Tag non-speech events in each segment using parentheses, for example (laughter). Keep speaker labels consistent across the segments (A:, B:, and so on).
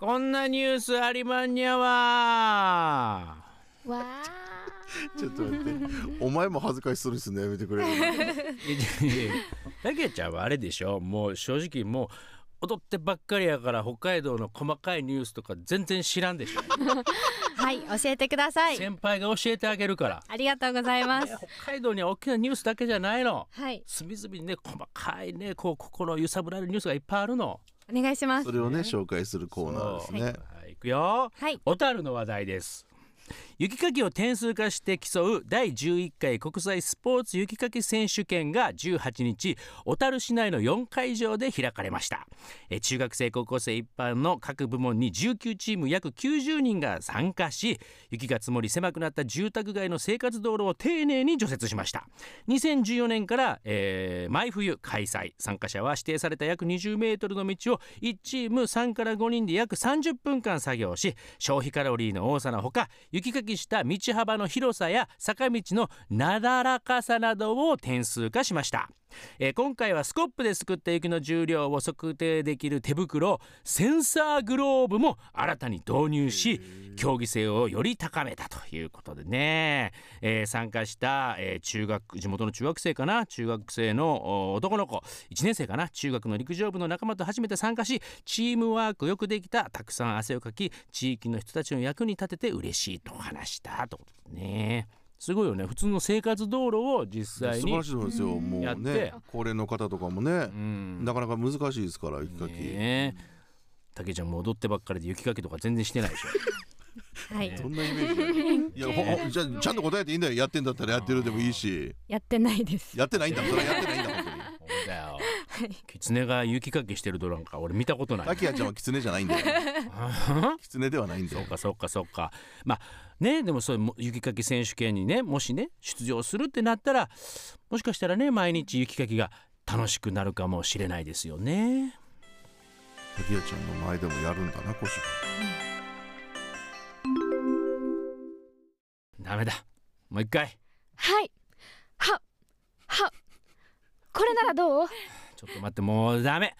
A: こんなニュースありまんにゃわ
B: わあ。
C: ちょっと待って。お前も恥ずかしそうにするのやめてくれる。 (laughs)
A: いやいやいやたけちゃんはあれでしょもう正直もう踊ってばっかりやから北海道の細かいニュースとか全然知らんでしょ、
B: はい、教えてください。
A: 先輩が教えてあげるから
B: ありがとうございま
A: い
B: す
A: や。北海道には大きなニュースだけじゃないの
B: はい、
A: 隅々にね細かいねこう心を揺さぶられるニュースがいっぱいあるの
B: お願いします
C: そ。れをね、紹介するコーナーですね。
A: はい、いくよ
B: はい、
A: 小樽の話題です雪かきを点数化して競う第11回国際スポーツ雪かき選手権が18日小樽市内の4会場で開かれましたえ中学生高校生一般の各部門に19チーム約90人が参加し雪が積もり狭くなった住宅街の生活道路を丁寧に除雪しました2014年から、えー毎冬開催参加者は指定された約20メートルの道を1チーム3から5人で約30分間作業し消費カロリーの多さのほか雪かきした道幅の広さや坂道のなだらかさなどを点数化しました、えー今回はスコップですくった雪の重量を測定できる手袋センサーグローブも新たに導入し競技性をより高めたということでね、えー参加した、えー中学地元の中学生かな中学生のお男の子1年生かな中学の陸上部の仲間と初めて参加しチームワークよくできたたくさん汗をかき地域の人たちの役に立てて嬉しいと話したとねすごいよね普通の生活道路を実際
C: 素晴
A: に
C: らしいと思いますよ。も
A: や
C: う
A: っ
C: ね
A: て、
C: 高齢の方とかもね、なかなか難しいですから、雪かき。
A: ねたけちゃんも踊ってばっかりで雪かきとか全然してないでしょ
B: はい、
C: そんなイメージ。いや、ほほじゃあちゃんと答えていいんだよ。やってんだったらやってるでもいいし、
B: やってないです。
C: やってないんだ。それはやってないんだ本当に。
A: そうだよ、キツネが雪かきしてるドランか俺見たことない
C: タキヤちゃんは狐じゃない (laughs) んだよ。狐ではないんだ
A: そ
C: よ
A: う。かそうかそうかまあねでもそうも雪かき選手権にねもしね出場するってなったらもしかしたらね毎日雪かきが楽しくなるかもしれないですよね。
C: タキヤちゃんの前でもやるんだな、腰。
A: ダメだもう一回
B: はい。は、は。これならどう。
A: ちょっと待ってもうダメ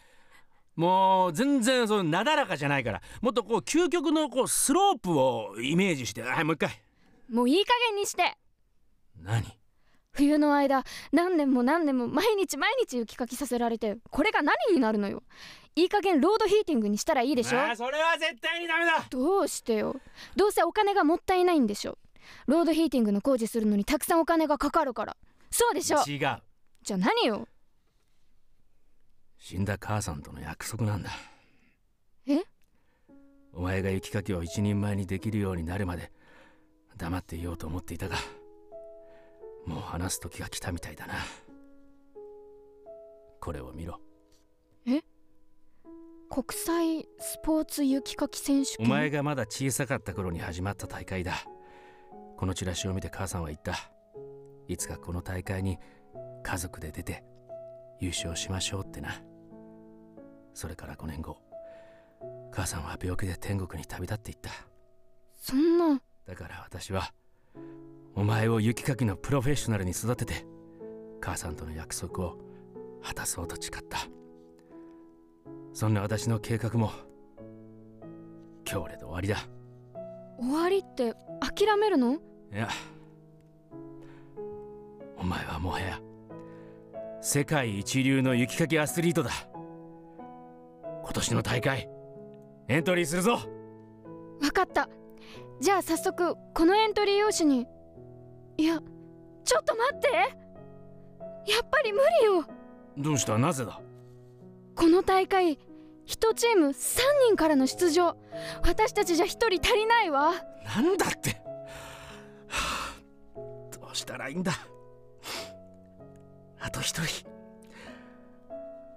A: もう全然そのなだらかじゃないからもっとこう究極のこうスロープをイメージしてはいもう一回
B: もういい加減にして。
A: 何
B: 冬の間、何年も何年も毎日毎日雪かきさせられて、これが何になるのよ。いい加減ロードヒーティングにしたらいいでしょ。
A: あーそれは絶対にダメだ
B: どうしてよどうせお金がもったいないんでしょロードヒーティングの工事するのにたくさんお金がかかるからそうでしょ
A: 違う
B: じゃあ何よ
A: 死んだ母さんとの約束なんだ
B: え
A: お前が雪かきを一人前にできるようになるまで黙っていようと思っていたがもう話す時が来たみたいだなこれを見ろ
B: 国際スポーツ雪かき選手
A: お
B: 権
A: 前がまだ小さかった頃に始まった大会だこのチラシを見て母さんは言ったいつかこの大会に家族で出て優勝しましょうってなそれから5年後母さんは病気で天国に旅立っていった
B: そんな
A: だから私はお前を雪かきのプロフェッショナルに育てて母さんとの約束を果たそうと誓ったそんな私の計画も今日で終わりだ
B: 終わりって諦めるの
A: いやお前はもはや世界一流の雪かきアスリートだ今年の大会エントリーするぞ
B: わかったじゃあ早速このエントリー用紙にいやちょっと待ってやっぱり無理よ
A: どうしたなぜだ
B: この大会1チーム3人からの出場私たちじゃ1人足りないわ
A: なんだって、 (sighs) はあどうしたらいいんだあと一人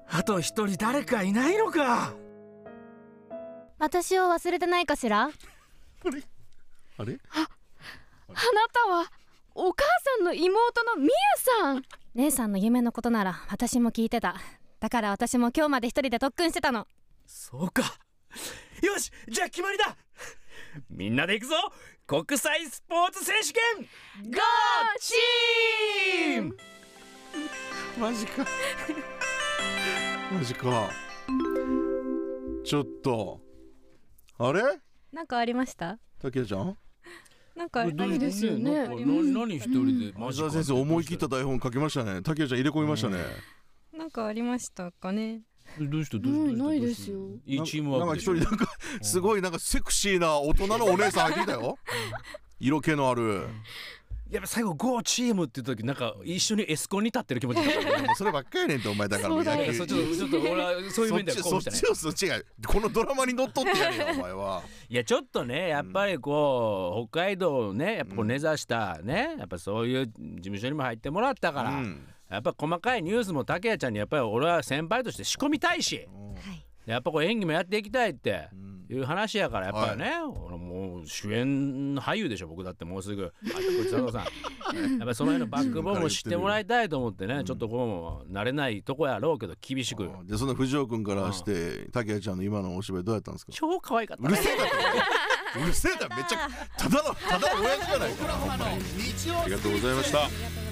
A: あと一人誰かいないのか
B: 私を忘れてないかしらあな
C: あれ
B: たはお母さんの妹のみゆさん
D: 姉さんの夢のことなら私も聞いてただから私も今日まで一人で特訓してたの
A: そうかよしじゃあ決まりだみんなで行くぞ国際スポーツ選手権ゴーチーム
C: マジか。マジか。ちょっと。あれ
D: なんかありました
C: 竹谷ちゃん
D: なんか
B: どういうですよね
A: なんかな何一人でマ
C: 前
A: ジか
C: 澤先生思い切った台本書きましたね竹谷ちゃん入れ込みましたね
D: なんかありましたかね
A: どうしたどうしたどうした
B: ないないですよ
A: いいチームワークでしょ
C: なんか一人なんかすごいなんかセクシーな大人のお姉さん入ってきた
A: (laughs)
C: よ色気のある
A: やっぱ最後ゴーチームって言った時なんか一緒にエスコンに立ってる気持ち (laughs) だったね
C: そればっかりやねんってお前だから
B: そうだ
C: 野
B: ね
C: 球
A: そうちょっとちょっと俺はそういう面ではこ
C: そうっ
A: し
C: ち
A: たね
C: そっちをそっちがこのドラマにのっとってやるよお前は
A: いやちょっとねやっぱりこう、北海道をねやっぱこう根ざしたねやっぱそういう事務所にも入ってもらったから、
C: うん
A: やっぱ細かいニュースも竹谷ちゃんにやっぱり俺は先輩として仕込みたいし
D: はい
A: やっぱこう演技もやっていきたいって
C: ん
A: いう話やからやっぱりね、俺もう主演俳優でしょ僕だってもうすぐあこいつ佐藤さん (laughs) やっぱその辺のバックボーンも知ってもらいたいと思ってね、ちょっとこうも慣れないとこやろうけど厳しく
C: でその藤尾君からして竹谷ちゃんの今のお芝居どうやったんですか
A: 超可愛かった
C: うるせえだろうるせえだろめっちゃただのただの親父じゃないかありがとうございました
E: ありがとうございました